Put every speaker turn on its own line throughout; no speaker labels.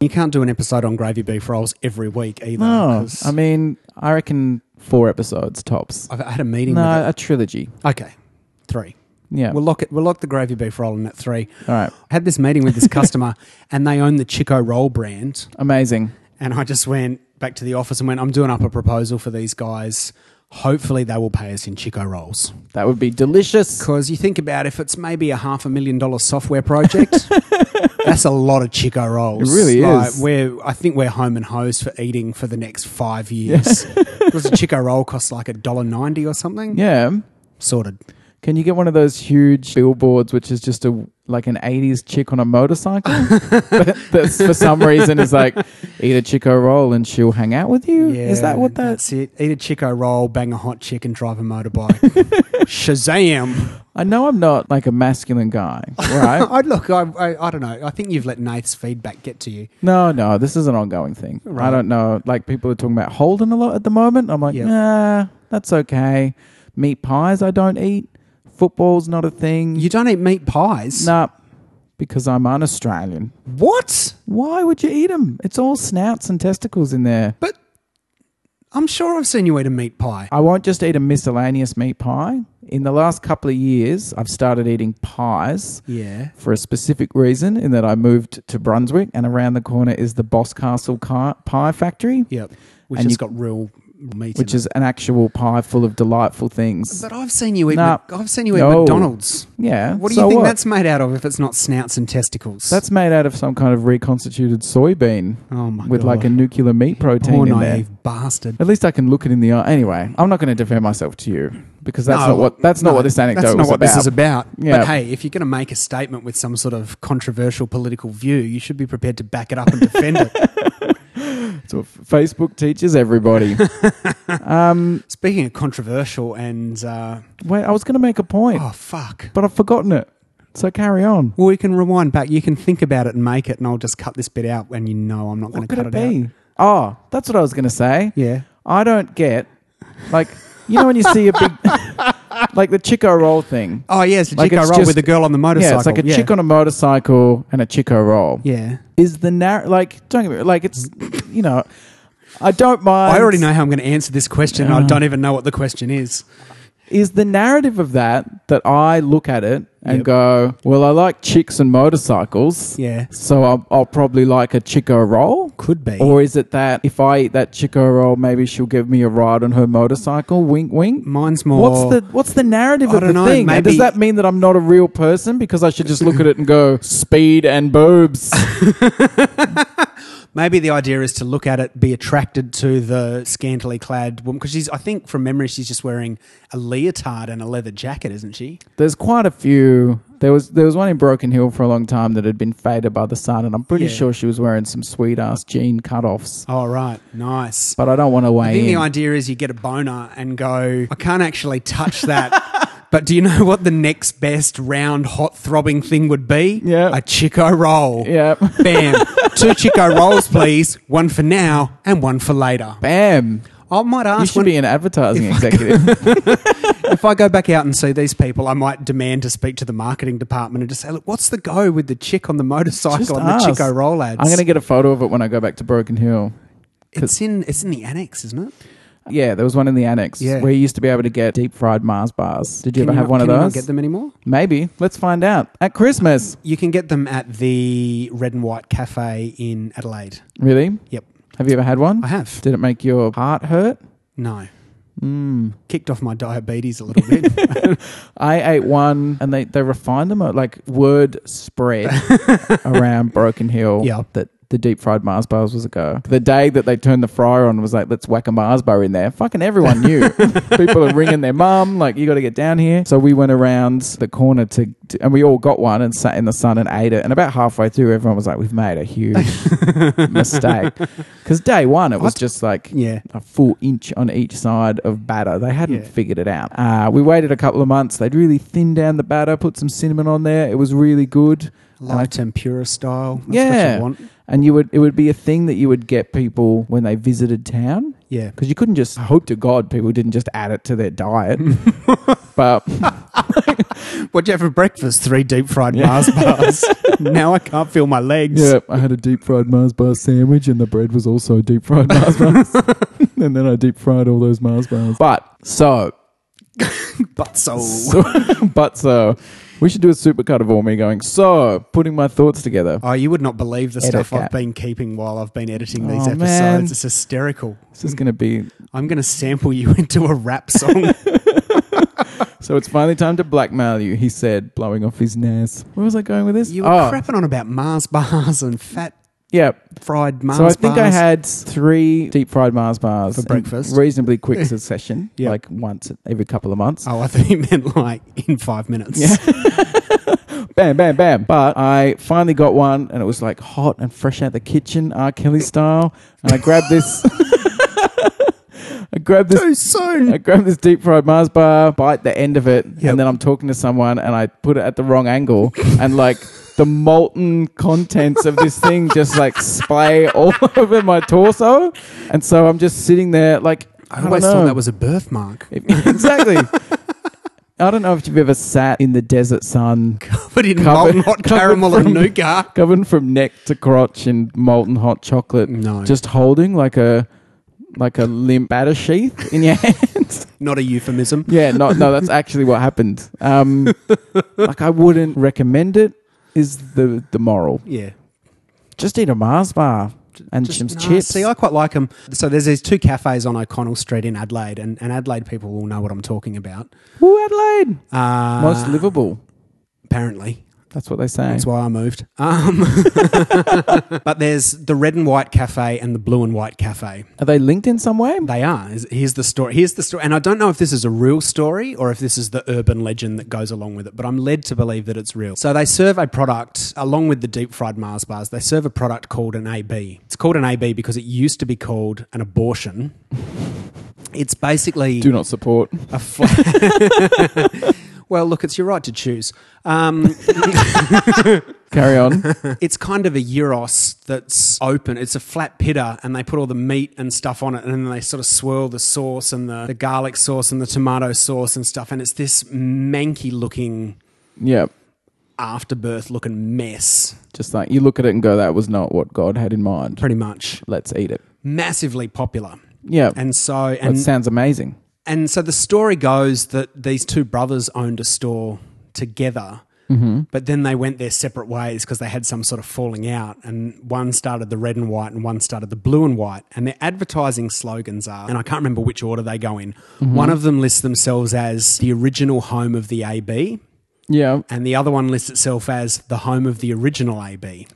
You can't do an episode on gravy beef rolls every week either.
No,
'cause
I mean, I reckon four episodes tops.
I've I had a meeting
No, a trilogy.
with it. Okay, three.
Yeah.
We'll lock it. We'll lock the gravy beef roll in at three.
All right.
I had this meeting with this customer, and they own the Chico Roll brand.
Amazing.
And I just went back to the office and went, I'm doing up a proposal for these guys. Hopefully, they will pay us in Chico rolls.
That would be delicious.
Because you think about if it's maybe a half a million dollar software project, that's a lot of Chico rolls.
It really
Like,
is.
We're, I think we're home and hosed for eating for the next five years. Because a Chico roll costs like a dollar ninety or something.
Yeah.
Sorted.
Can you get one of those huge billboards, which is just a like an '80s chick on a motorcycle? that, that's for some reason is like eat a Chico roll and she'll hang out with you. is that what that?
That's it. Eat a Chico roll, bang a hot chick, and drive a motorbike. Shazam!
I know I'm not like a masculine guy, right?
I look. I, I I don't know. I think you've let Nate's feedback get to you.
no, no, this is an ongoing thing. I
Right.
don't know. Like people are talking about Holden a lot at the moment. I'm like,
Yeah.
nah, that's okay. Meat pies I don't eat. Football's not a thing.
You don't eat meat pies.
nah, because I'm an Australian.
What?
Why would you eat them? It's all snouts and testicles in there.
But I'm sure I've seen you eat a meat pie.
I won't just eat a miscellaneous meat pie. In the last couple of years, I've started eating pies
Yeah.
for a specific reason in that I moved to Brunswick and around the corner is the Boss Castle Ki- Pie Factory,
Yep. Which
And
has
you-
got real meat.
which
in
is an actual pie full of delightful things.
It. But I've seen you eat.
Nah.
Mc- I've seen you eat
No.
McDonald's.
yeah.
What do
so
you think that's made out of if it's not snouts and testicles?
That's made out of some kind of reconstituted soybean
oh my
with
God.
like a nuclear meat protein
poor
in
naive
there.
bastard.
At least I can look it in the eye. Anyway, I'm not going to defend myself to you because that's not what that's not
no,
what this anecdote
That's not
was
what
about.
this is about.
Yeah.
But hey, if you're going to make a statement with some sort of controversial political view, you should be prepared to back it up and defend it.
So f- Facebook teaches everybody. um,
Speaking of controversial and uh,
wait, I was going to make a point,
oh fuck,
but I've forgotten it. So carry on.
Well, we can rewind back. You can think about it and make it, and I'll just cut this bit out. And you know, I'm not going
What
to
could
cut
it
out.
be? Oh, that's what I was going to say.
Yeah.
I don't get, like, you know when you see a big, like the Chico roll thing.
Oh yeah, it's a
Like,
Chico
it's
roll
just-
with a girl on the motorcycle.
Yeah, it's like a
yeah.
chick on a motorcycle and a Chico roll.
Yeah.
Is the narr like don't get me like it's you know I don't mind.
I already know how I'm going to answer this question. and I don't even know what the question is.
is the narrative of that that I look at it and
Yep.
go, well, I like chicks and motorcycles.
Yeah.
So I'll, I'll probably like a Chico roll.
Could be.
Or is it that if I eat that Chico roll, maybe she'll give me a ride on her motorcycle? Wink, wink.
Mine's more.
What's the what's the narrative
I
of the
don't know,
thing? And Does
maybe-
that mean that I'm not a real person because I should just look at it and go speed and boobs?
Maybe the idea is to look at it, be attracted to the scantily clad woman because she's. I think from memory, she's just wearing a leotard and a leather jacket, isn't she?
There's quite a few. There was there was one in Broken Hill for a long time that had been faded by the sun, and I'm pretty
Yeah.
sure she was wearing some sweet ass jean cutoffs.
Oh right, nice.
but I don't want to
I think
weigh
the
in.
idea is you get a boner and go, I can't actually touch that. but do you know what the next best round, hot, throbbing thing would be?
Yeah.
A Chico roll.
Yeah.
Bam. Two Chico rolls, please. One for now and one for later.
Bam.
I might
You
ask
should
when,
be an advertising executive.
if I go back out and see these people, I might demand to speak to the marketing department and just say, look, what's the go with the chick on the
Just
motorcycle and
ask.
the Chico roll ads?
I'm going to get a photo of it when I go back to Broken Hill.
it's, in, it's in the annex, isn't it?
Yeah, there was one in the annex
Yeah.
where you used to be able to get deep fried Mars bars. Did you
Can
ever have
not-
one of
can you not
those?
get them anymore?
Maybe. Let's find out at Christmas.
You can get them at the Red and White Cafe in Adelaide.
Really?
Yep,
Have you ever had one?
I have.
Did it make your heart hurt?
No.
Hmm.
Kicked off my diabetes a little bit.
I ate one and they, they refined them. uh, Like word spread around Broken Hill
Yeah.
that the deep fried Mars bars was a go. The day that they turned the fryer on was like, let's whack a Mars bar in there. Fucking everyone knew. People are ringing their mum, like, you got to get down here. So we went around the corner to, to, and we all got one and sat in the sun and ate it. And about halfway through, everyone was like, we've made a huge mistake. Because day one, it was just like,
yeah.
a full inch on each side of batter. They hadn't
Yeah.
figured it out. Uh, we waited a couple of months. They'd really thinned down the batter, put some cinnamon on there. It was really good. And I-
Lifetime Pura style. That's what
yeah,
you want.
and you would it would be a thing that you would get people when they visited town
Yeah.
because you couldn't just I hope to God people didn't just add it to their diet. but
What'd you have for breakfast? Three deep fried Mars bars. now I can't feel my legs.
Yeah, I had a deep fried Mars bar sandwich, and the bread was also deep fried Mars bars. and then I deep fried all those Mars bars. But so,
But so,
so but so, we should do a supercut of all me going. So, putting my thoughts together.
oh, you would not believe the
Edit
stuff I've
that.
been keeping while I've been editing these
Oh,
episodes.
man.
It's hysterical.
This is going to be
I'm going to sample you into a rap song.
so. It's finally time to blackmail you," he said, blowing off his nose. Where was I going with this? Oh,
you were crapping on about Mars bars and fat
yeah.
fried Mars
so I
bars.
think I had three deep fried Mars bars
For
in
breakfast.
reasonably quick succession,
Yeah.
like once every couple of months.
Oh, I thought you meant like in five minutes.
Yeah. bam, bam, bam. But I finally got one, and it was like hot and fresh out the kitchen, R. Kelly style. And I grabbed this. I grabbed this.
Too soon.
I grabbed this deep fried Mars bar, bite the end of it,
Yep.
and then I'm talking to someone, and I put it at the wrong angle, and like the molten contents of this thing just like splay all over my torso, and so I'm just sitting there like I,
I always
don't know.
thought that was a birthmark.
exactly. I don't know if you've ever sat in the desert sun
But in
Covered-
molten hot
covered
caramel and
from-
nougat.
covered from neck to crotch in molten hot chocolate.
Mm, No.
Just holding like a like a limp batter sheath in your hands.
Not a euphemism.
yeah, no, no, that's actually what happened. Um, like I wouldn't recommend it. Is the the moral?
Yeah.
Just eat a Mars bar and
Just-
some
nah,
chips.
See, I quite like them. So there's these two cafes on O'Connell Street in Adelaide, and, and Adelaide people will know what I'm talking about.
Ooh, Adelaide,
Uh,
most livable.
Apparently.
That's what they say.
That's why I moved. Um, but there's the red and white cafe and the blue and white cafe.
Are they linked in some way?
They are. Is- Here's the story. Here's the story. And I don't know if this is a real story or if this is the urban legend that goes along with it, but I'm led to believe that it's real. So they serve a product, along with the deep fried Mars bars, they serve a product called an AB. It's called an AB because it used to be called an abortion. It's basically
Do not support.
a flat. well, look, it's your right to choose. Um,
Carry on.
it's kind of a gyros that's open. It's a flat pitta, and they put all the meat and stuff on it, and then they sort of swirl the sauce and the, the garlic sauce and the tomato sauce and stuff. And it's this manky looking
yeah.
afterbirth looking mess,
Just like you look at it and go, that was not what God had in mind.
pretty much.
Let's eat it.
Massively popular.
Yeah.
And so,
That
and
sounds amazing.
And so the story goes that these two brothers owned a store together, but then they went their separate ways because they had some sort of falling out. And one started the red and white, and one started the blue and white. And their advertising slogans are, and I can't remember which order they go in. One of them lists themselves as the original home of the AB,
Yeah.
and the other one lists itself as the home of the original AB.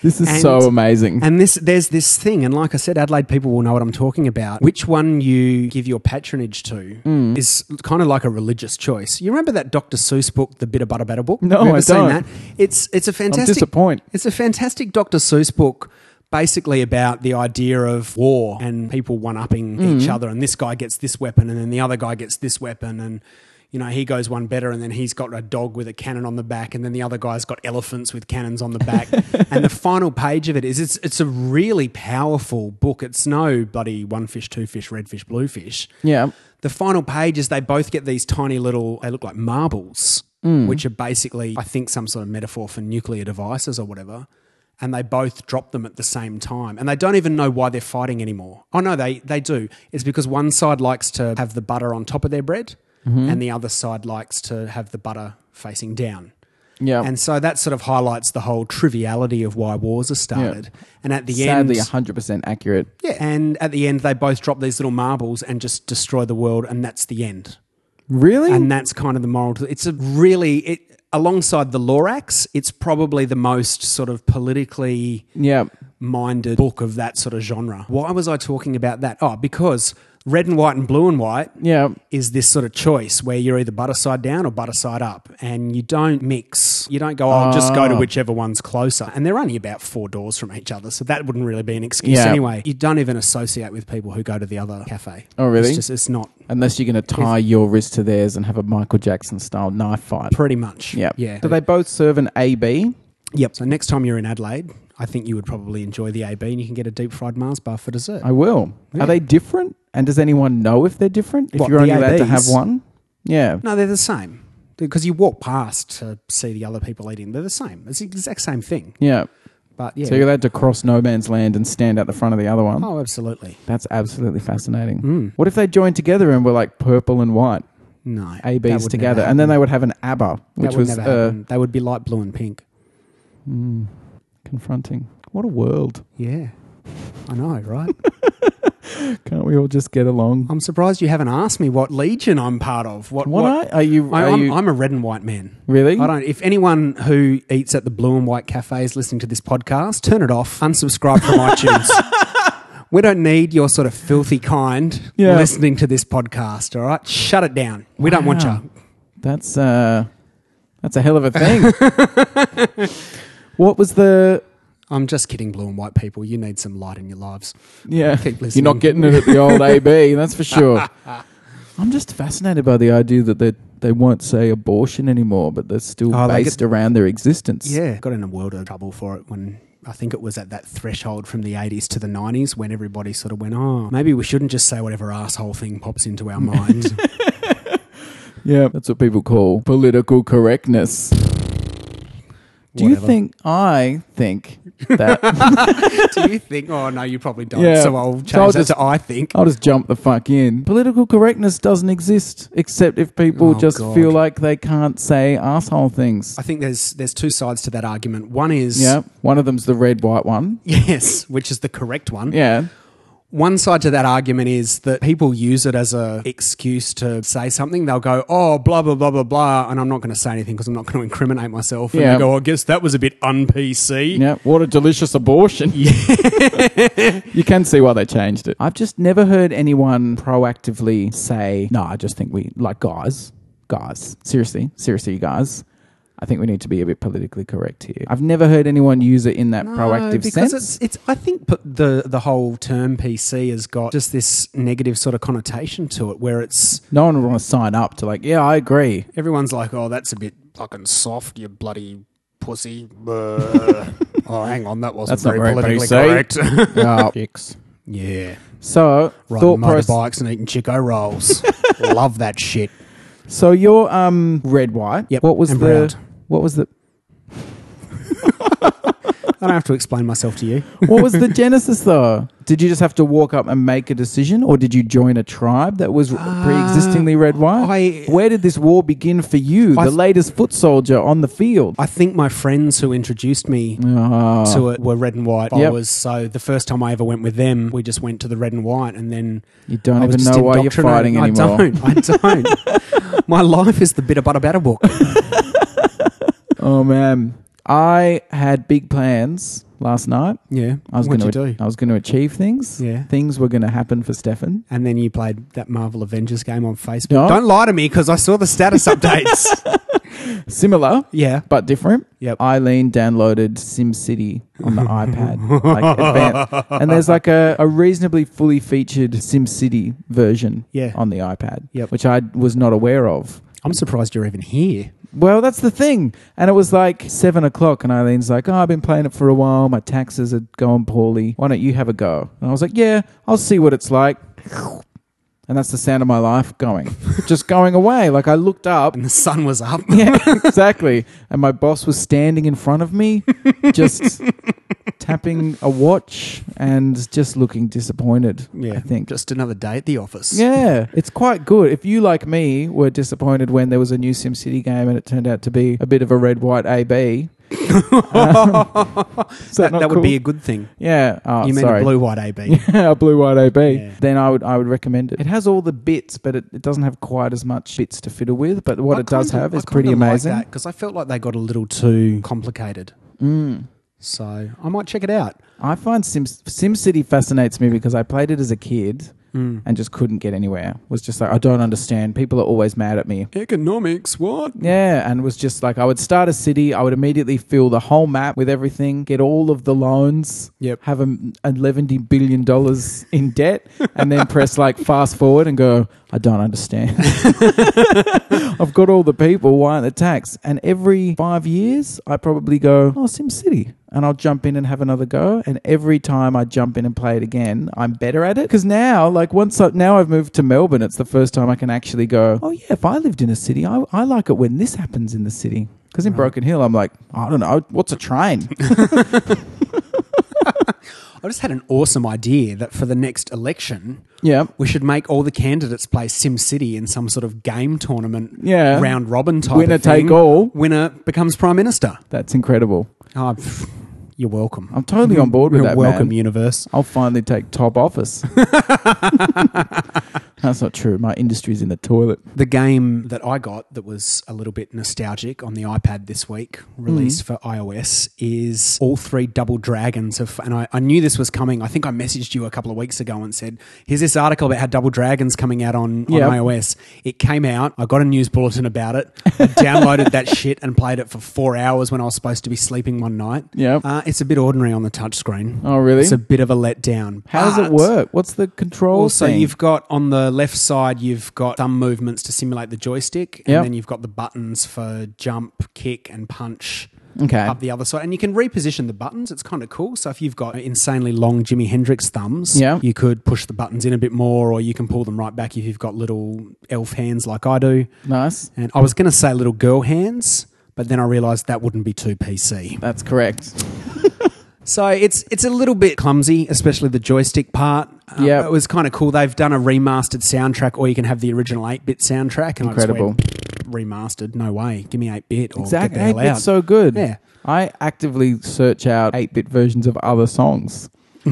This is
And-
so amazing.
And this there's this thing, and like I said, Adelaide people will know what I'm talking about. Which one you give your patronage to
Mm.
is kind of like a religious choice. You remember that Dr. Seuss book, The Bitter Butter Batter Book?
No,
Have you ever
I
seen
don't.
that? It's it's a
I'm
fantastic
disappointed.
it's a fantastic Dr. Seuss book. Basically, about the idea of war and people one upping each other, and this guy gets this weapon, and then the other guy gets this weapon, and you know, he goes one better, and then he's got a dog with a cannon on the back, and then the other guy's got elephants with cannons on the back. and the final page of it is it's, it's a really powerful book. It's no bloody one fish, two fish, red fish, blue fish
Yeah.
the final page is they both get these tiny little they look like marbles which are basically i think some sort of metaphor for nuclear devices or whatever and they both drop them at the same time and they don't even know why they're fighting anymore oh no they they do it's because one side likes to have the butter on top of their bread and the other side likes to have the butter facing down
Yeah.
and so that sort of highlights the whole triviality of why wars are started and at the
Sadly,
end
100% accurate.
yeah. And at the end, they both drop these little marbles and just destroy the world, and that's the end.
Really?
And that's kind of the moral. To, it's a really, it, alongside the Lorax, it's probably the most sort of politically
yeah.
minded book of that sort of genre. Why was I talking about that? Oh, because red and white and blue and white
Yeah.
is this sort of choice where you're either butter side down or butter side up, and you don't mix. You don't go, oh, I'll just go
Ah.
to whichever one's closer. And they're only about four doors from each other, so that wouldn't really be an excuse
Yeah.
anyway. You don't even associate with people who go to the other cafe.
Oh, really?
It's just, it's not
Unless you're going to tie your wrist to theirs and have a Michael Jackson style knife fight.
pretty much.
Yeah.
Yeah.
Do they both serve an AB?
yep. So next time you're in Adelaide, I think you would probably enjoy the AB and you can get a deep fried Mars bar for dessert.
I will. Are they different? And does anyone know if they're different? If
What,
you're
the
only allowed to
ABs?
have one? Yeah.
No, they're the same. Because you walk past to see the other people eating, they're the same. It's the exact same thing.
Yeah.
But yeah.
So you're allowed to cross no man's land and stand out the front of the other one.
oh, Hmm. absolutely.
That's absolutely fascinating. What if they joined together and were like purple and white,
No. that would
ABs
never
together,
happen.
and then they would have an ABBA, which
that would
was
never
uh,
happen. They would be light blue and pink.
mm, confronting. What a world!
Yeah. I know, right?
Can't we all just get along?
I'm surprised you haven't asked me what legion I'm part of. What?
What,
what,
are, are you?
I,
are
I'm,
you
I'm a red and white man.
really?
I don't. If anyone who eats at the blue and white cafe is listening to this podcast, turn it off. Unsubscribe from iTunes. We don't need your sort of filthy kind
Yeah.
listening to this podcast. All right, shut it down. We don't want
Wow.
you.
That's uh, that's a hell of a thing. what was the?
I'm just kidding, blue and white people. You need some light in your lives.
Yeah,
Keep
you're not
listening.
getting it at the old AB. That's for sure. I'm just fascinated by the idea that they they won't say abortion anymore, but they're still
Oh, they
based around their existence.
Yeah, got in a world of trouble for it when I think it was at that threshold from the 80s to the 90s when everybody sort of went, oh, maybe we shouldn't just say whatever asshole thing pops into our minds.
Yeah, that's what people call political correctness. Do you
Whatever.
think I think that
Do you think? Oh no, you probably don't.
Yeah.
So I'll change
So I'll
that
just-
to I think.
I'll just jump the fuck in? Political correctness doesn't exist except if people
Oh,
just
God.
feel like they can't say asshole things.
I think there's there's two sides to that argument. One is
Yeah, one of them's the red white one.
yes, which is the correct one.
Yeah,
One side to that argument is that people use it as a excuse to say something. They'll go, "Oh, blah blah blah blah blah," and I'm not going to say anything because I'm not going to incriminate myself. And
Yeah.
they go, "Oh, "I guess that was a bit un PC."
yeah. What a delicious abortion. you can see why they changed it. I've just never heard anyone proactively say, "No, I just think we like guys, guys. Seriously, seriously, you guys." I think we need to be a bit politically correct here. I've never heard anyone use it in that proactive
because
sense.
it's it's I think p- the the whole term PC has got just this negative sort of connotation to it where it's
no one would want to sign up to like, yeah, I agree.
Everyone's like, oh, that's a bit fucking soft, you bloody pussy. Brr. oh, hang on, that wasn't
That's not
very,
very
politically
PC.
correct.
Oh.
yeah.
So
Riding
thought process.
motorbikes and eating Chico rolls. Love that shit.
So your um red white.
Yep,
What was
and
the
brown.
what was the
I don't have to explain myself to you.
what was the genesis though? Did you just have to walk up and make a decision, or did you join a tribe that was pre-existingly red white?
Uh, I-
Where did this war begin for you,
I
the
th-
latest foot soldier on the field?
I think my friends who introduced me
Ah.
to it were red and white
Yep.
followers. So the first time I ever went with them, we just went to the red and white, and then
you don't
I was
even
just
know why you're
indoctrinated.
fighting anymore.
I don't. I don't. my life is the bitter butter batter book.
Oh man, I had big plans last night.
Yeah,
I was
what'd
going
you
to.
do?
I was going to achieve things.
Yeah.
Things were going to happen for Stefan.
And then you played that Marvel Avengers game on Facebook.
No.
Don't lie to me because I saw the status updates.
Similar
Yeah.
but different.
Yep.
Eileen downloaded SimCity on the iPad, like advanced. and there's like a, a reasonably fully featured SimCity version
Yeah.
on the iPad,
Yep.
which I was not aware of.
I'm surprised you're even here.
Well, that's the thing. And it was like seven o'clock, and Eileen's like, Oh, I've been playing it for a while. My taxes are going poorly. Why don't you have a go? And I was like, Yeah, I'll see what it's like. And that's the sound of my life going, just going away. Like I looked up
And the sun was up.
yeah, exactly. And my boss was standing in front of me, just tapping a watch and just looking disappointed.
Yeah.
I think.
Just another day at the office.
Yeah, it's quite good. If you, like me, were disappointed when there was a new SimCity game and it turned out to be a bit of a red white AB, Uh, is
that
not
that
cool?
would be a good thing.
yeah. Oh,
you mean
sorry.
a blue white AB.
yeah, a blue white AB.
Yeah.
Then I would I would recommend it. It has all the bits, but it, it doesn't have quite as much bits to fiddle with. But what it does have is pretty amazing.
Because I felt like they got a little too complicated.
Mm.
So I might check it out.
I find Sim SimCity fascinates me because I played it as a kid and just couldn't get anywhere. Was just like I don't understand. People are always mad at me.
Economics, what?
Yeah, and was just like I would start a city, I would immediately fill the whole map with everything, get all of the loans,
Yep.
have a, eleven billion dollars in debt, and then press like fast forward and go, I don't understand. I've got all the people, why aren't the tax? And every five years, I probably go, Oh, SimCity. and I'll jump in and have another go. And every time I jump in and play it again, I'm better at it. Because now, like once I, now I've moved to Melbourne, it's the first time I can actually go. Oh yeah, if I lived in a city, I, I like it when this happens in the city. Because in Broken Hill, I'm like, I don't know, what's a train?
I just had an awesome idea that for the next election,
yeah,
we should make all the candidates play SimCity in some sort of game tournament,
Yeah.
round robin type.
Winner
of thing.
take all.
Winner becomes prime minister.
that's incredible.
Oh, pff, you're welcome.
I'm totally on board with
You're
that.
welcome,
man.
universe.
I'll finally take top office. That's not true. My industry's in the toilet.
The game that I got that was a little bit nostalgic on the iPad this week,
Mm.
released for iOS, is all three Double Dragons. Of, and I, I knew this was coming. I think I messaged you a couple of weeks ago and said, here's this article about how Double Dragons coming out on, on
Yep.
iOS. It came out. I got a news bulletin about it. I downloaded that shit and played it for four hours when I was supposed to be sleeping one night.
Yep.
Uh, it's a bit ordinary on the touchscreen.
Oh, really?
It's a bit of a letdown.
How does it
But-
work? What's the control
also,
thing?
you've got on the left side, you've got thumb movements to simulate the joystick, and
Yep.
then you've got the buttons for jump, kick, and punch
okay.
up the other side. And you can reposition the buttons. It's kind of cool. So if you've got insanely long Jimi Hendrix thumbs,
Yeah.
you could push the buttons in a bit more, or you can pull them right back if you've got little elf hands like I do.
nice.
And I was going to say little girl hands, but then I realised that wouldn't be too PC.
That's correct.
Oh, So it's it's a little bit clumsy, especially the joystick part. Um,
Yeah.
it was kind of cool. They've done a remastered soundtrack, or you can have the original eight bit soundtrack. And
Incredible.
I just went, remastered? No way. Give me eight bit.
Exactly.
Get the hell out.
It's so good.
Yeah.
I actively search out 8 bit versions of other songs.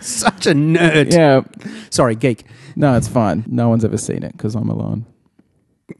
Such a nerd.
Yeah.
Sorry, geek.
No, it's fine. No one's ever seen it because I'm alone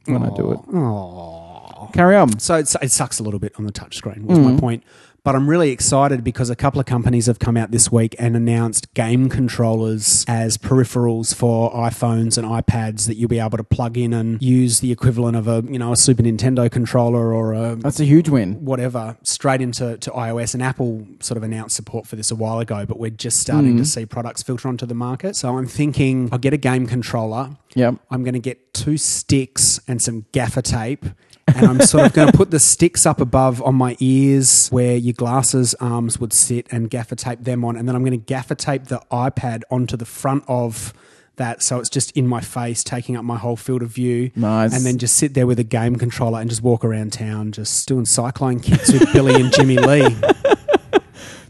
when I do it.
Aww.
Carry on.
So it's, it sucks a little bit on the touchscreen. Was
Mm-hmm.
my point. But I'm really excited because a couple of companies have come out this week and announced game controllers as peripherals for iPhones and iPads that you'll be able to plug in and use the equivalent of a you know a Super Nintendo controller or a
That's a huge win.
whatever straight into to iOS. And Apple sort of announced support for this a while ago, but we're just starting to see products filter onto the market. So I'm thinking I'll get a game controller.
Yep.
I'm going to get two sticks and some gaffer tape. and I'm sort of going to put the sticks up above on my ears where your glasses arms would sit and gaffer tape them on. And then I'm going to gaffer tape the iPad onto the front of that. So it's just in my face, taking up my whole field of view.
Nice.
And then just sit there with a game controller and just walk around town, just doing cycling kicks with Billy and Jimmy Lee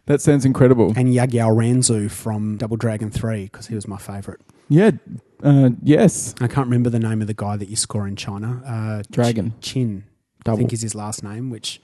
That sounds incredible.
and Yagao Ranzu from Double Dragon 3 because he was my favorite.
Yeah. Uh, yes.
I can't remember the name of the guy that you score in China. Uh,
Dragon.
Ch- Chin, I
Double.
think is his last name, which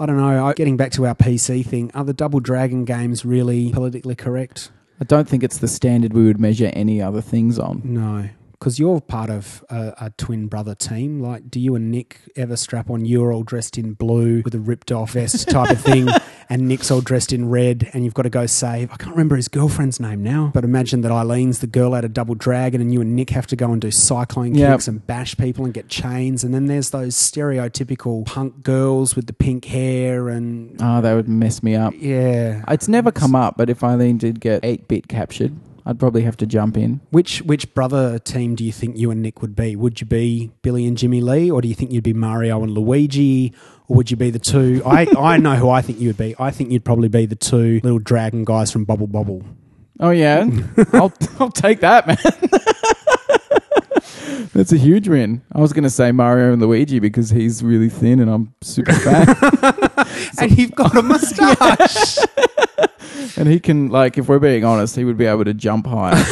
I don't know. I, getting back to our PC thing, are the Double Dragon games really politically correct?
I don't think it's the standard we would measure any other things on.
No. Because you're part of a, a twin brother team. Like, do you and Nick ever strap on? You're all dressed in blue with a ripped off vest type of thing, and Nick's all dressed in red, and you've got to go save. I can't remember his girlfriend's name now, but imagine that Eileen's the girl out of Double Dragon, and you and Nick have to go and do cycling
Yep.
kicks and bash people and get chains. And then there's those stereotypical punk girls with the pink hair, and
Ah, that would mess me up.
yeah.
It's never come up, but if Eileen did get 8 bit captured, I'd probably have to jump in.
Which which brother team do you think you and Nick would be? Would you be Billy and Jimmy Lee, or do you think you'd be Mario and Luigi, or would you be the two? I, I know who I think you would be. I think you'd probably be the two little dragon guys from Bubble Bobble.
Oh, yeah. I'll, I'll take that, man. That's a huge win. I was going to say Mario and Luigi because he's really thin and I'm super fat.
and you've got a mustache.
and he can, like, if we're being honest, he would be able to jump higher.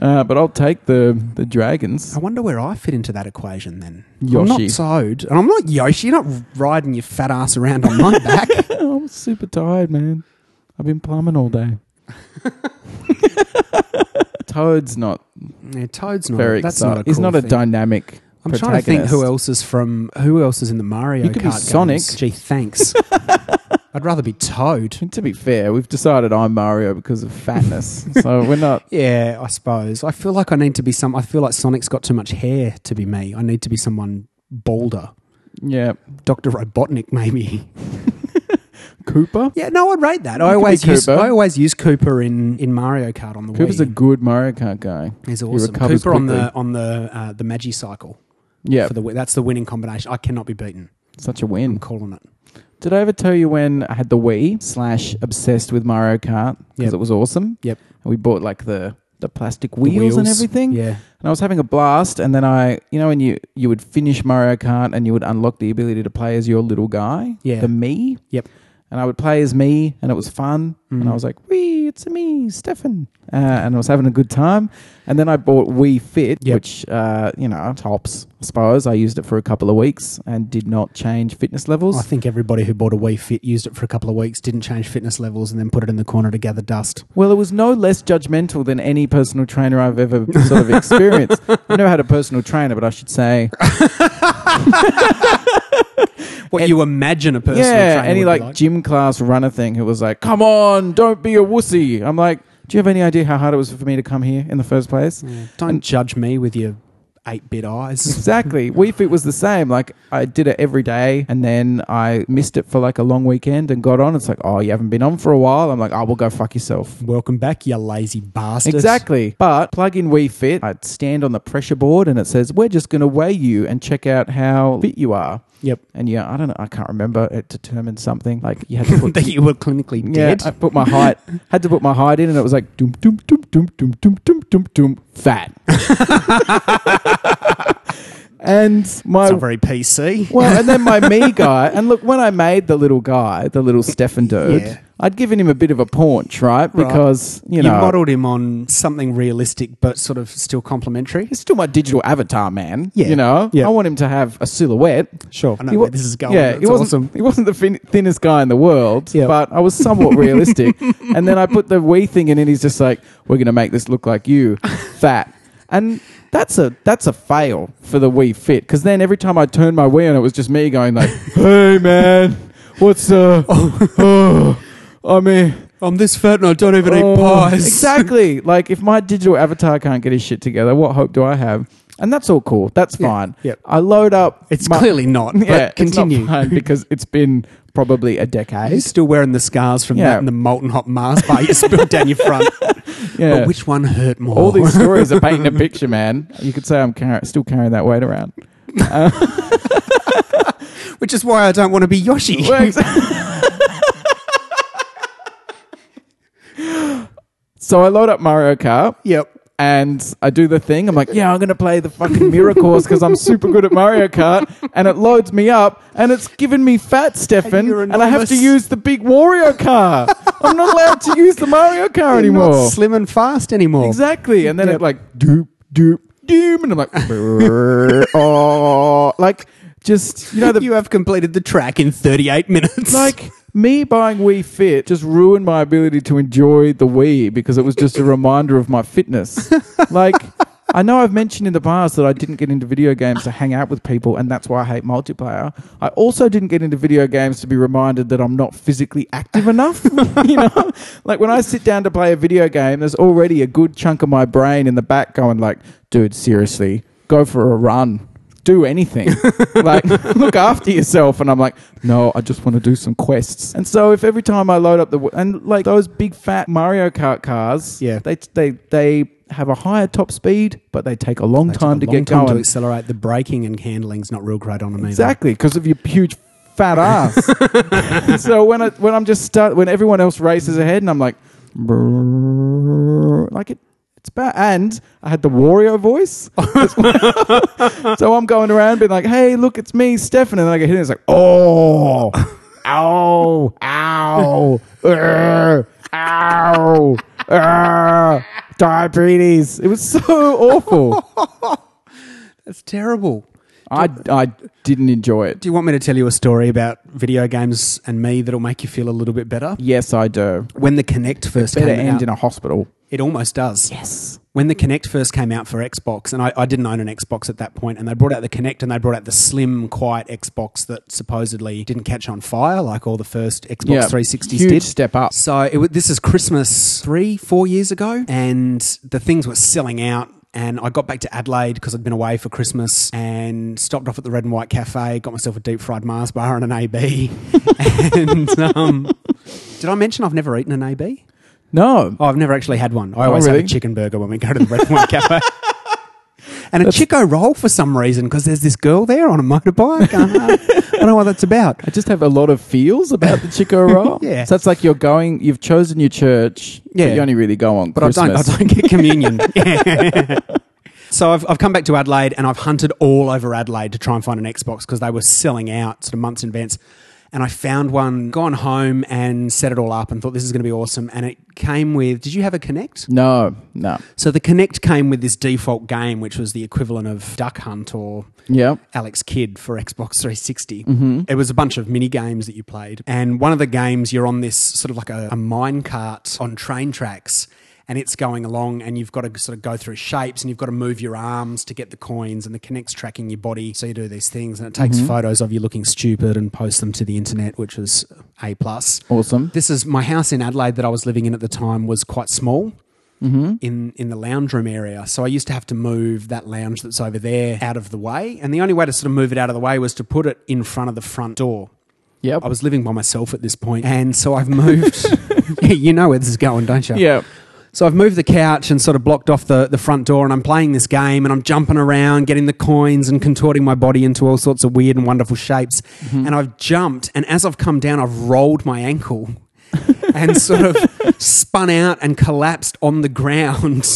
uh, but I'll take the, the dragons.
I wonder where I fit into that equation then. I'm
Yoshi.
not sewed, and I'm not Yoshi. You're not riding your fat ass around on my back.
I'm super tired, man. I've been plumbing all day. Toad's not
Yeah, Toad's not.
very
that's
exciting.
not a.
He's
cool
not a
thing.
dynamic.
I'm trying to think who
protagonist.
else is from who else is in the Mario
You could be
Kart
Sonic.
games. Gee, thanks. I'd rather be Toad.
And to be fair, we've decided I'm Mario because of fatness, so we're not.
Yeah, I suppose. I feel like I need to be some. I feel like Sonic's got too much hair to be me. I need to be someone bolder.
Yeah,
Doctor Robotnik, maybe.
Cooper.
Yeah, no, I'd rate that.
You could
I
be
always use
Cooper.
I always use Cooper in, in Mario Kart on the
Cooper's a
Wii.
good Mario Kart guy.
He's awesome. Cooper
recovers
on the
quickly.
on the uh, the Magi cycle.
Yeah,
for the wi- that's the winning combination. I cannot be beaten.
Such a win.
I'm calling it.
Did I ever tell you when I had the Wii slash obsessed with Mario Kart because
Yep.
it was awesome?
Yep.
And we bought like the the plastic
The
wheels, and everything.
Yeah.
And I was having a blast, and then I, you know, when you you would finish Mario Kart and you would unlock the ability to play as your little guy,
Yeah.
the me.
Yep.
And I would play as me, and it was fun. And
Mm.
I was like, "Wee, it's a me, Stefan," uh, and I was having a good time. And then I bought Wii Fit,
Yep.
which uh, you know tops. I suppose I used it for a couple of weeks and did not change fitness levels.
I think everybody who bought a Wii Fit used it for a couple of weeks, didn't change fitness levels, and then put it in the corner to gather dust.
Well, it was no less judgmental than any personal trainer I've ever sort of experienced. I've never had a personal trainer, but I should say,
What
And-
you imagine a personal
yeah,
trainer
any
would be
like, gym class runner thing who was like, "Come on, don't be a wussy." I'm like, "Do you have any idea how hard it was for me to come here in the first place?"
Yeah, Don't judge me with your eight bit eyes.
Exactly. Wii Fit was the same. Like I did it every day, and then I missed it for like a long weekend and got on. It's like, "Oh, you haven't been on for a while." I'm like, "Oh, well, go fuck yourself."
Welcome back, you lazy bastard.
Exactly. But plug in Wii Fit, I'd stand on the pressure board and it says, We're just going to weigh you and check out how fit you are.
Yep.
And yeah, I don't know, I can't remember. It determined something. Like you had to put.
that you were clinically
Yeah,
dead.
I put my height. Had to put my height in, and it was like doom doom doom doom doom doom doom doom doom fat. and my
It's not very PC.
well, and then my me guy, and look, when I made the little guy, the little Stefan dude,
Yeah.
I'd given him a bit of a paunch, right?
Right.
Because you
You,
know,
modelled him on something realistic, but sort of still complimentary.
He's still my digital avatar, man.
Yeah.
You know,
Yeah.
I want him to have a silhouette.
Sure, I know
He wa-
where this is going.
Yeah,
It's
he wasn't,
awesome.
He wasn't the fin- thinnest guy in the world,
Yeah.
but I was somewhat realistic. And then I put the Wii thing in, and he's just like, "We're going to make this look like you, fat." And that's a that's a fail for the Wii Fit because then every time I turned my Wii on, it was just me going like, "Hey, man, what's uh, oh, I mean."
I'm this fat and I don't even
Oh, Exactly. like if my digital avatar can't get his shit together, what hope do I have? And that's all cool. That's
Yeah,
fine.
yep.
I load up.
It's
my-
clearly not. But
Yeah, it's not
continue.
fine because it's been probably a
He's
decade.
still wearing the scars from
Yeah.
that and the molten hot Mars bar you spilled down your front.
Yeah.
But which one hurt more?
all these stories are painting a picture, man. You could say I'm car- still carrying that weight around.
which is why I don't want to be Yoshi.
Works. so I load up Mario Kart.
yep.
and I do the thing. I'm like, yeah, I'm going to play the fucking Miracles because I'm super good at Mario Kart. And it loads me up and it's given me fat
And
Stefan.
you're
And, I have to
enormous.
use the big Wario car. I'm not allowed to use the Mario car
You're
anymore.
not slim and fast anymore.
Exactly. And then
Yep.
it like doop, doop, doom. And I'm like, brrr, oh, like just, you know, the
you have completed the track in 38 minutes.
like me buying Wii Fit just ruined my ability to enjoy the Wii because it was just a reminder of my fitness. Like I know I've mentioned in the past that I didn't get into video games to hang out with people and that's why I hate multiplayer. I also didn't get into video games to be reminded that I'm not physically active enough, you know? Like when I sit down to play a video game, there's already a good chunk of my brain in the back going like, "Dude, seriously, go for a run." do anything. like, look after yourself. And I'm like, no, I just want to do some quests. And so, if every time I load up the and like those big fat Mario Kart cars,
Yeah.
they they they have a higher top speed, but they take a long
They took
time
a
to
long
get
time
going.
to accelerate. The braking and handling's not real great on them either.
Exactly, because of your huge fat ass. so when I when I'm just start when everyone else races ahead and I'm like, "Brrr," like it. It's bad. And I had the Wario voice. as well. so I'm going around being like, hey, look, it's me, Stefan. And then I get hit and it's like, oh, ow, ow, er, ow, er, diabetes. It was so awful.
That's terrible.
I, I didn't enjoy it.
Do you want me to tell you a story about video games and me that'll make you feel a little bit better?
Yes, I do.
When the Kinect first
better
came
end
out,
in a hospital.
it almost does.
Yes.
When the Kinect first came out for Xbox, and I, I didn't own an Xbox at that point, and they brought out the Kinect and they brought out the slim, quiet Xbox that supposedly didn't catch on fire like all the first Xbox 360s
Huge
did.
step up.
So it, wa- this is Christmas three, four years ago, and the things were selling out. And I got back to Adelaide because I'd been away for Christmas and stopped off at the Red and White Cafe, got myself a deep fried Mars bar and an AB. and um, did I mention I've never eaten an AB?
No.
Oh, I've never actually had one. I always
really?
have a chicken burger when we go to the Red and White Cafe. and a Chico roll for some reason because there's this girl there on a motorbike. Uh, I don't know what that's about.
I just have a lot of feels about the Chico roll.
Yeah.
So it's like you're going, you've chosen your church,
Yeah.
but you only really go on
But
Christmas.
I don't. I don't get communion. Yeah. So I've, I've come back to Adelaide and I've hunted all over Adelaide to try and find an Xbox because they were selling out sort of months in advance. And I found one, gone home and set it all up and thought this is going to be awesome. And it came with, did you have a Connect?
No, no.
So the Connect came with this default game, which was the equivalent of Duck Hunt or
Yep.
Alex Kidd for Xbox 360. It was a bunch of mini games that you played. And one of the games, you're on this sort of like a, a mine cart on train tracks. And it's going along, and you've got to sort of go through shapes, and you've got to move your arms to get the coins, and the connects tracking your body. So you do these things, and it takes photos of you looking stupid and posts them to the internet, which was a plus.
Awesome.
This is my house in Adelaide that I was living in at the time was quite small. In in the lounge room area, so I used to have to move that lounge that's over there out of the way, and the only way to sort of move it out of the way was to put it in front of the front door.
Yep.
I was living by myself at this point, and so I've moved. yeah, you know where this is going, don't you?
yeah.
So I've moved the couch and sort of blocked off the, the front door, and I'm playing this game and I'm jumping around, getting the coins and contorting my body into all sorts of weird and wonderful shapes. And I've jumped, and as I've come down, I've rolled my ankle and sort of spun out and collapsed on the ground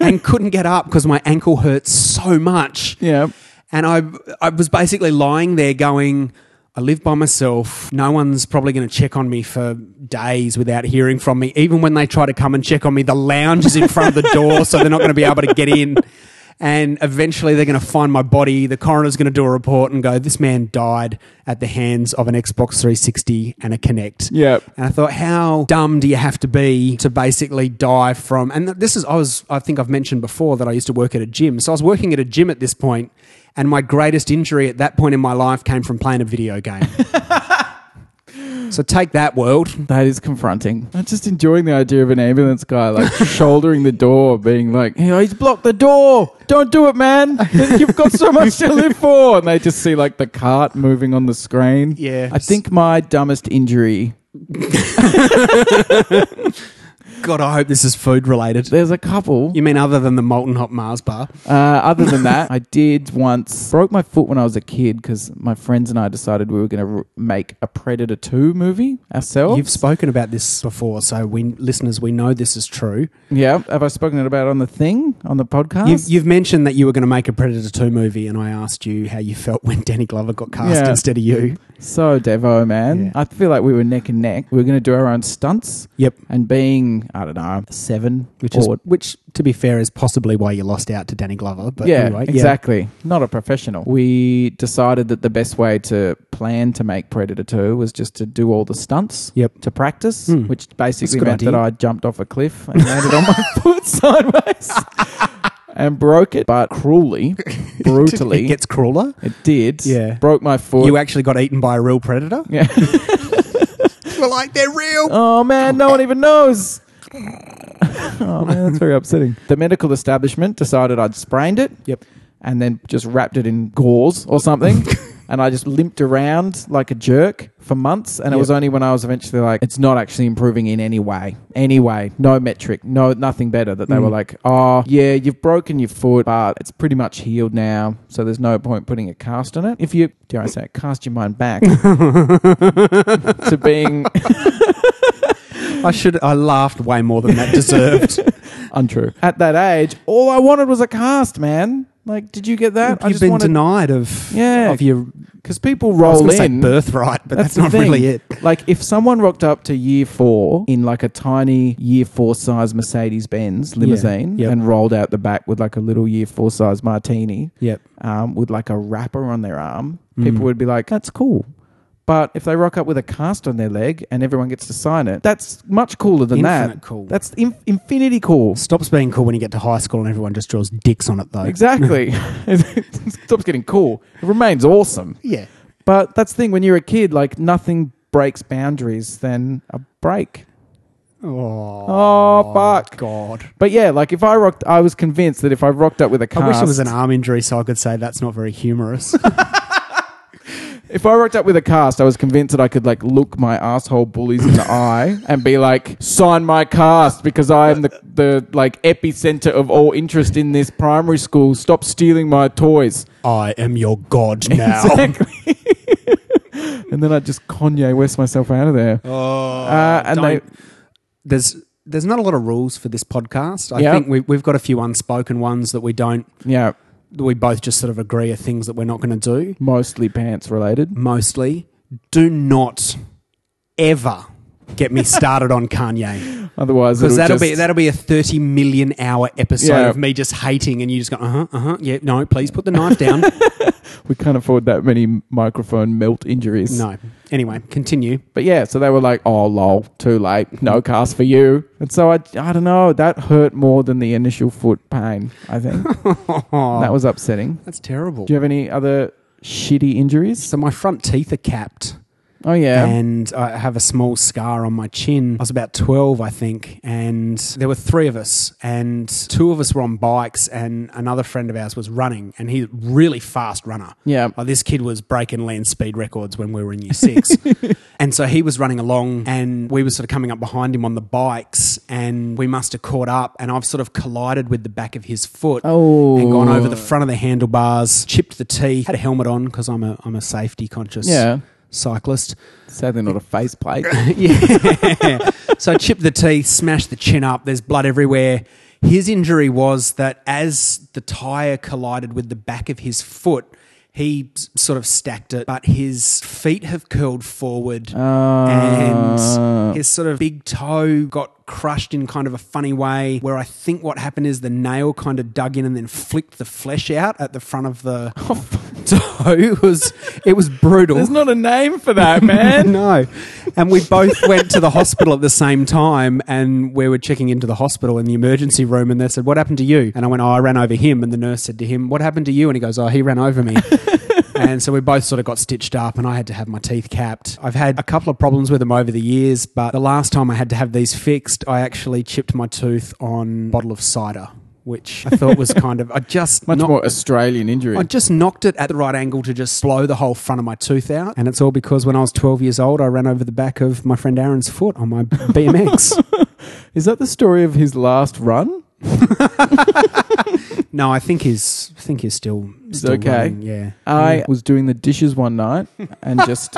and couldn't get up because my ankle hurt so much.
Yeah.
And I, I was basically lying there going, I live by myself. No one's probably going to check on me for days without hearing from me. Even when they try to come and check on me, the lounge is in front of the door, so they're not going to be able to get in. And eventually they're going to find my body. The coroner's going to do a report and go, This man died at the hands of an Xbox 360 and a Kinect.
Yep.
And I thought, how dumb do you have to be to basically die from? And th- this is, I was, I think I've mentioned before that I used to work at a gym. So I was working at a gym at this point, and my greatest injury at that point in my life came from playing a video game. so take that, world.
That is confronting. I'm just enjoying the idea of an ambulance guy like shouldering the door, being like, "Hey, he's blocked the door. Don't do it, man. You've got so much to live for. And they just see like the cart moving on the screen.
Yeah.
I think my dumbest injury
God, I hope this is food related.
there's a couple.
You mean other than the molten hot Mars bar?
Uh, other than that, I did once broke my foot when I was a kid because my friends and I decided we were going to r- make a Predator 2 movie ourselves.
You've spoken about this before, so we listeners, we know this is true.
yeah, have I spoken about it on the thing on the podcast?
You've, you've mentioned that you were going to make a Predator 2 movie, and I asked you how you felt when Danny Glover got cast
Yeah.
instead of you.
So, Devo, man,
Yeah.
I feel like we were neck and neck. We were going to do our own stunts.
Yep.
And being, I don't know, seven,
which
or
is which to be fair is possibly why you lost out to Danny Glover. But
yeah,
anyway,
exactly. Not a professional. We decided that the best way to plan to make Predator 2 was just to do all the stunts
Yep.
to practice,
Hmm.
which basically
good
meant
idea.
that I jumped off a cliff and landed on my foot sideways and broke it, but cruelly, brutally.
it gets crueler.
it did.
Yeah.
Broke my foot.
You actually got eaten by a real predator.
yeah.
We're like they're real.
Oh man, no one even knows. oh man, that's very upsetting. The medical establishment decided I'd sprained it.
Yep.
And then just wrapped it in gauze or something. and I just limped around like a jerk for months. And it
Yep.
was only when I was eventually like, it's not actually improving in any way. Anyway, no metric, no nothing better. That they were
Mm.
like, oh, yeah, you've broken your foot, but it's pretty much healed now. So there's no point putting a cast on it. If you, dare I say it, cast your mind back to being
I should. I laughed way more than that deserved.
Untrue. At that age, all I wanted was a cast, man. Like, did you get that? I
You've
just
been
wanted
denied of
Yeah.
of your
because people
I was
roll
gonna say
in.
birthright, but that's,
the
not
thing.
really it.
Like, if someone rocked up to year four in like a tiny year four size Mercedes Benz limousine
Yep.
and rolled out the back with like a little year four size martini,
Yep.
um, with like a wrapper on their arm,
Mm.
people would be like, "That's cool." But if they rock up with a cast on their leg and everyone gets to sign it, that's much cooler than
Infinite
that.
cool.
That's inf- infinity cool.
Stops being cool when you get to high school and everyone just draws dicks on it, though.
Exactly. it stops getting cool. It remains awesome.
Yeah.
But that's the thing, when you're a kid, like nothing breaks boundaries than a break.
Oh,
Oh, fuck.
God.
But yeah, like if I rocked, I was convinced that if I rocked up with a cast,
I wish it was an arm injury so I could say that's not very humorous.
If I rocked up with a cast, I was convinced that I could like look my asshole bullies in the eye and be like, "Sign my cast because I am the, the like epicenter of all interest in this primary school. Stop stealing my toys."
I am your god now.
Exactly. and then I just Kanye West myself out of there.
Oh,
Uh, and
don't-
they-
there's there's not a lot of rules for this podcast. I
Yeah.
think we, we've got a few unspoken ones that we don't.
Yeah,
that We both just sort of agree are things that we're not going to do.
mostly pants related.
Mostly, do not ever get me started on Kanye
Otherwise,
because
it'll
that'll be
just-
that'll be a thirty million hour episode
Yeah.
of me just hating and you just go uh huh uh huh yeah no please put the knife down
we can't afford that many microphone melt injuries.
no anyway continue
But yeah, so they were like, "Oh, lol, too late, no cast for you." And so I, I don't know, that hurt more than the initial foot pain. I think that was upsetting.
that's terrible
Do you have any other shitty injuries?
so my front teeth are capped.
Oh yeah,
and I have a small scar on my chin. I was about 12, I think, and there were three of us, and two of us were on bikes, and another friend of ours was running, and he's a really fast runner.
yeah.
Like this kid was breaking land speed records when we were in year six. and so he was running along and we were sort of coming up behind him on the bikes and we must have caught up and I've sort of collided with the back of his foot
Oh,
and gone over the front of the handlebars, chipped the teeth, had a helmet on because I'm a, I'm a safety conscious
yeah.
cyclist.
Sadly, not a face plate.
yeah. so I chipped the teeth, smashed the chin up. There's blood everywhere. His injury was that as the tire collided with the back of his foot, he s- sort of stacked it, but his feet have curled forward.
Ah.
and his sort of big toe got crushed in kind of a funny way, where I think what happened is the nail kind of dug in and then flicked the flesh out at the front of the toe. It was it was brutal.
There's not a name for that, man.
No. And we both went to the hospital at the same time and we were checking into the hospital in the emergency room and they said, What happened to you? And I went, Oh, I ran over him. And the nurse said to him, What happened to you? And he goes, Oh, he ran over me. and so we both sort of got stitched up and I had to have my teeth capped. I've had a couple of problems with them over the years, but the last time I had to have these fixed, I actually chipped my tooth on a bottle of cider. Which I thought was kind of I just
Much
not-
more Australian injury.
I just knocked it at the right angle to just blow the whole front of my tooth out. And it's all because when I was 12 years old, I ran over the back of my friend Aaron's foot on my BMX.
Is that the story of his last run?
no, I think he's, I think he's still, still
okay.
running, Yeah.
I was doing the dishes one night and just.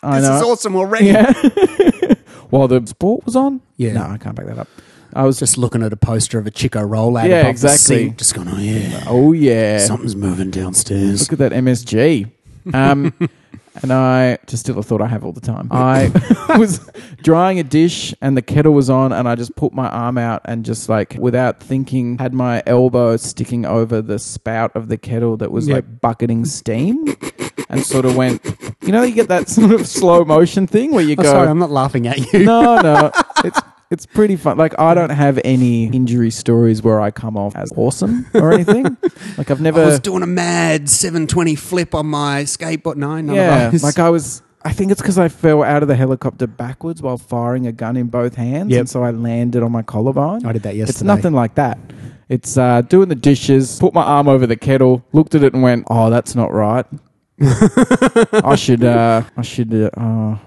I
this
know.
is awesome already.
While the sport was on?
Yeah.
No, I can't back that up. I was just,
Just looking at a poster of a Chico roll ad
Yeah,
above
exactly.
the sink, just going, oh yeah,
oh yeah.
something's moving downstairs.
Look at that MSG. Um, and I just still a thought I have all the time. I was drying a dish and the kettle was on, and I just put my arm out and just like without thinking, had my elbow sticking over the spout of the kettle that was
Yep.
like bucketing steam, and sort of went. You know, you get that sort of slow motion thing where you
Oh,
go.
sorry, I'm not laughing at you.
no, no. It's it's pretty fun. Like I don't have any injury stories where I come off as awesome or anything. Like I've never
I was doing a mad 720 flip on my skateboard. No, none
yeah,
of those.
like I was. I think it's because I fell out of the helicopter backwards while firing a gun in both hands,
Yep.
and so I landed on my collarbone.
I did that yesterday.
It's nothing like that. It's uh, doing the dishes. Put my arm over the kettle. Looked at it and went, "Oh, that's not right. I should. Uh, I should. Uh, uh,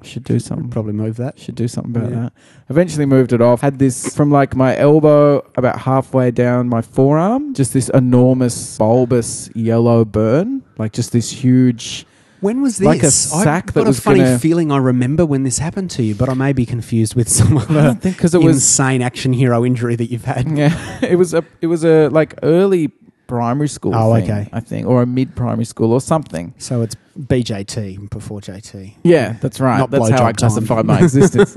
I should do something."
Probably move that.
Should do something about
Yeah.
that. Eventually moved it off. Had this from like my elbow about halfway down my forearm, just this enormous bulbous yellow burn, like just this huge.
When was this?
Like a sack
I've
that
got
was
a funny
gonna-
feeling. I remember when this happened to you, but I may be confused with some
I
other
don't think because it was
insane action hero injury that you've had.
yeah, it was a it was a like early primary school.
Oh,
thing,
okay.
I think or a mid primary school or something.
So it's BJT before JT.
Yeah, that's right.
Not
that's how
blowjob
I
time.
classified my existence.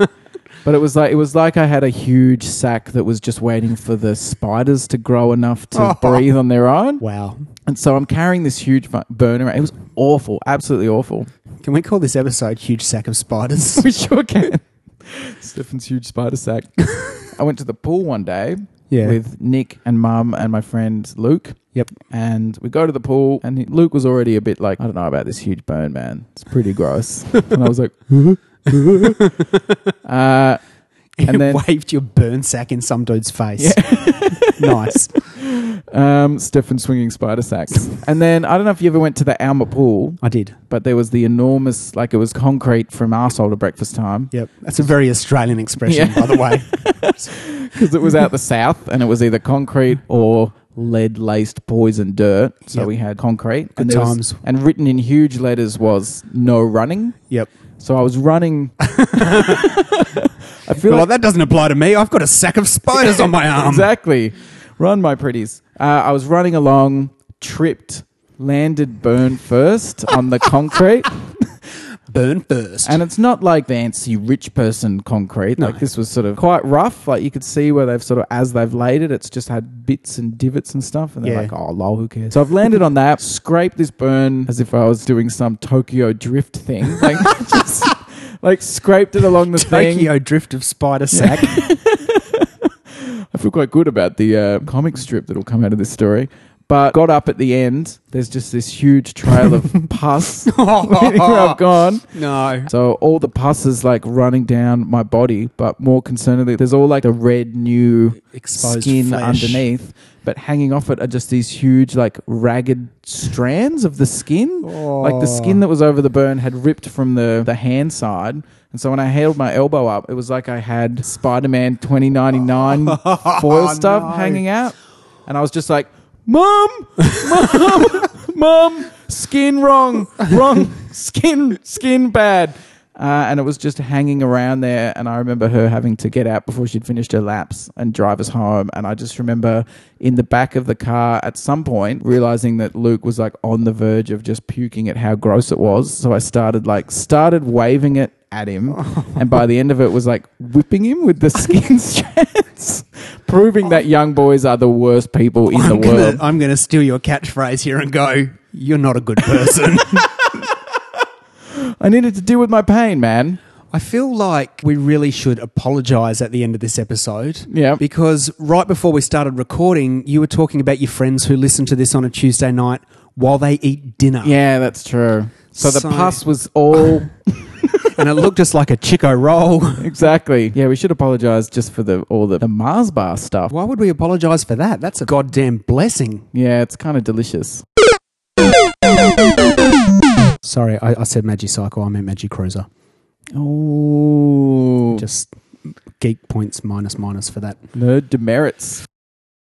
But it was like it was like I had a huge sack that was just waiting for the spiders to grow enough to breathe on their own.
Wow.
And so I'm carrying this huge fu- burn around. It was awful, absolutely awful.
Can we call this episode Huge Sack of Spiders?
We sure can. Stefan's huge spider sack. I went to the pool one day
Yeah.
with Nick and Mum and my friend Luke.
Yep.
And we go to the pool, and he- Luke was already a bit like, I don't know about this huge burn, man. It's pretty gross. and I was like, uh,
you
and then-
waved your burn sack in some dude's face.
Yeah.
nice.
Um, Stefan swinging spider sacks. and then I don't know if you ever went to the Alma pool,
I did.
but there was the enormous, like it was concrete from arsehole to breakfast time
Yep. That's a very Australian expression,
Yeah.
by the way.
because it was out the south and it was either concrete or lead laced poison dirt. So
Yep.
we had concrete.
Good
and there was-
times.
and written in huge letters was no running.
Yep.
So I was running. I feel
Well,
like
that doesn't apply to me. I've got a sack of spiders on my arm.
exactly. Run, my pretties. Uh, I was running along, tripped, landed burn first on the concrete.
Burn first.
And it's not like fancy rich person concrete.
No.
Like this was sort of quite rough. Like you could see where they've sort of as they've laid it, it's just had bits and divots and stuff. And they're
Yeah.
like, oh lol, who cares? So I've landed on that, scraped this burn as if I was doing some Tokyo drift thing. Like just like scraped it along the thing.
Tokyo drift of spider sack.
I feel quite good about the uh, comic strip that'll come out of this story. But got up at the end. There's just this huge trail of pus leading where I've gone.
no.
So all the pus is like running down my body, but more concerningly, there's all like the red new
Exposed
skin
flesh.
underneath, but hanging off it are just these huge like ragged strands of the skin. Like the skin
Oh.
that was over the burn had ripped from the the hand side, and so when I held my elbow up, it was like I had Spider-Man 2099 foil stuff
no.
hanging out, and I was just like, "Mom, mom, mom, skin wrong, wrong, skin, skin bad." Uh, and it was just hanging around there. And I remember her having to get out before she'd finished her laps and drive us home. And I just remember in the back of the car at some point realizing that Luke was like on the verge of just puking at how gross it was. So I started like, started waving it at him. And by the end of it was like whipping him with the skin strands, proving that young boys are the worst people in the
I'm
world.
gonna, I'm gonna steal your catchphrase here and go. You're not a good person.
I needed to deal with my pain, man.
I feel like we really should apologise at the end of this episode.
Yeah.
Because right before we started recording, you were talking about your friends who listen to this on a Tuesday night while they eat dinner.
Yeah, that's true. So the
So-
pus was all
And it looked just like a Chico roll.
exactly. Yeah, we should apologize just for the all the, the Mars bar stuff.
Why would we apologise for that? That's a goddamn blessing.
Yeah, it's kind of delicious.
Sorry, I, I said Magi Cycle. I meant Magi Cruiser.
Oh,
Just geek points minus minus for that.
nerd demerits.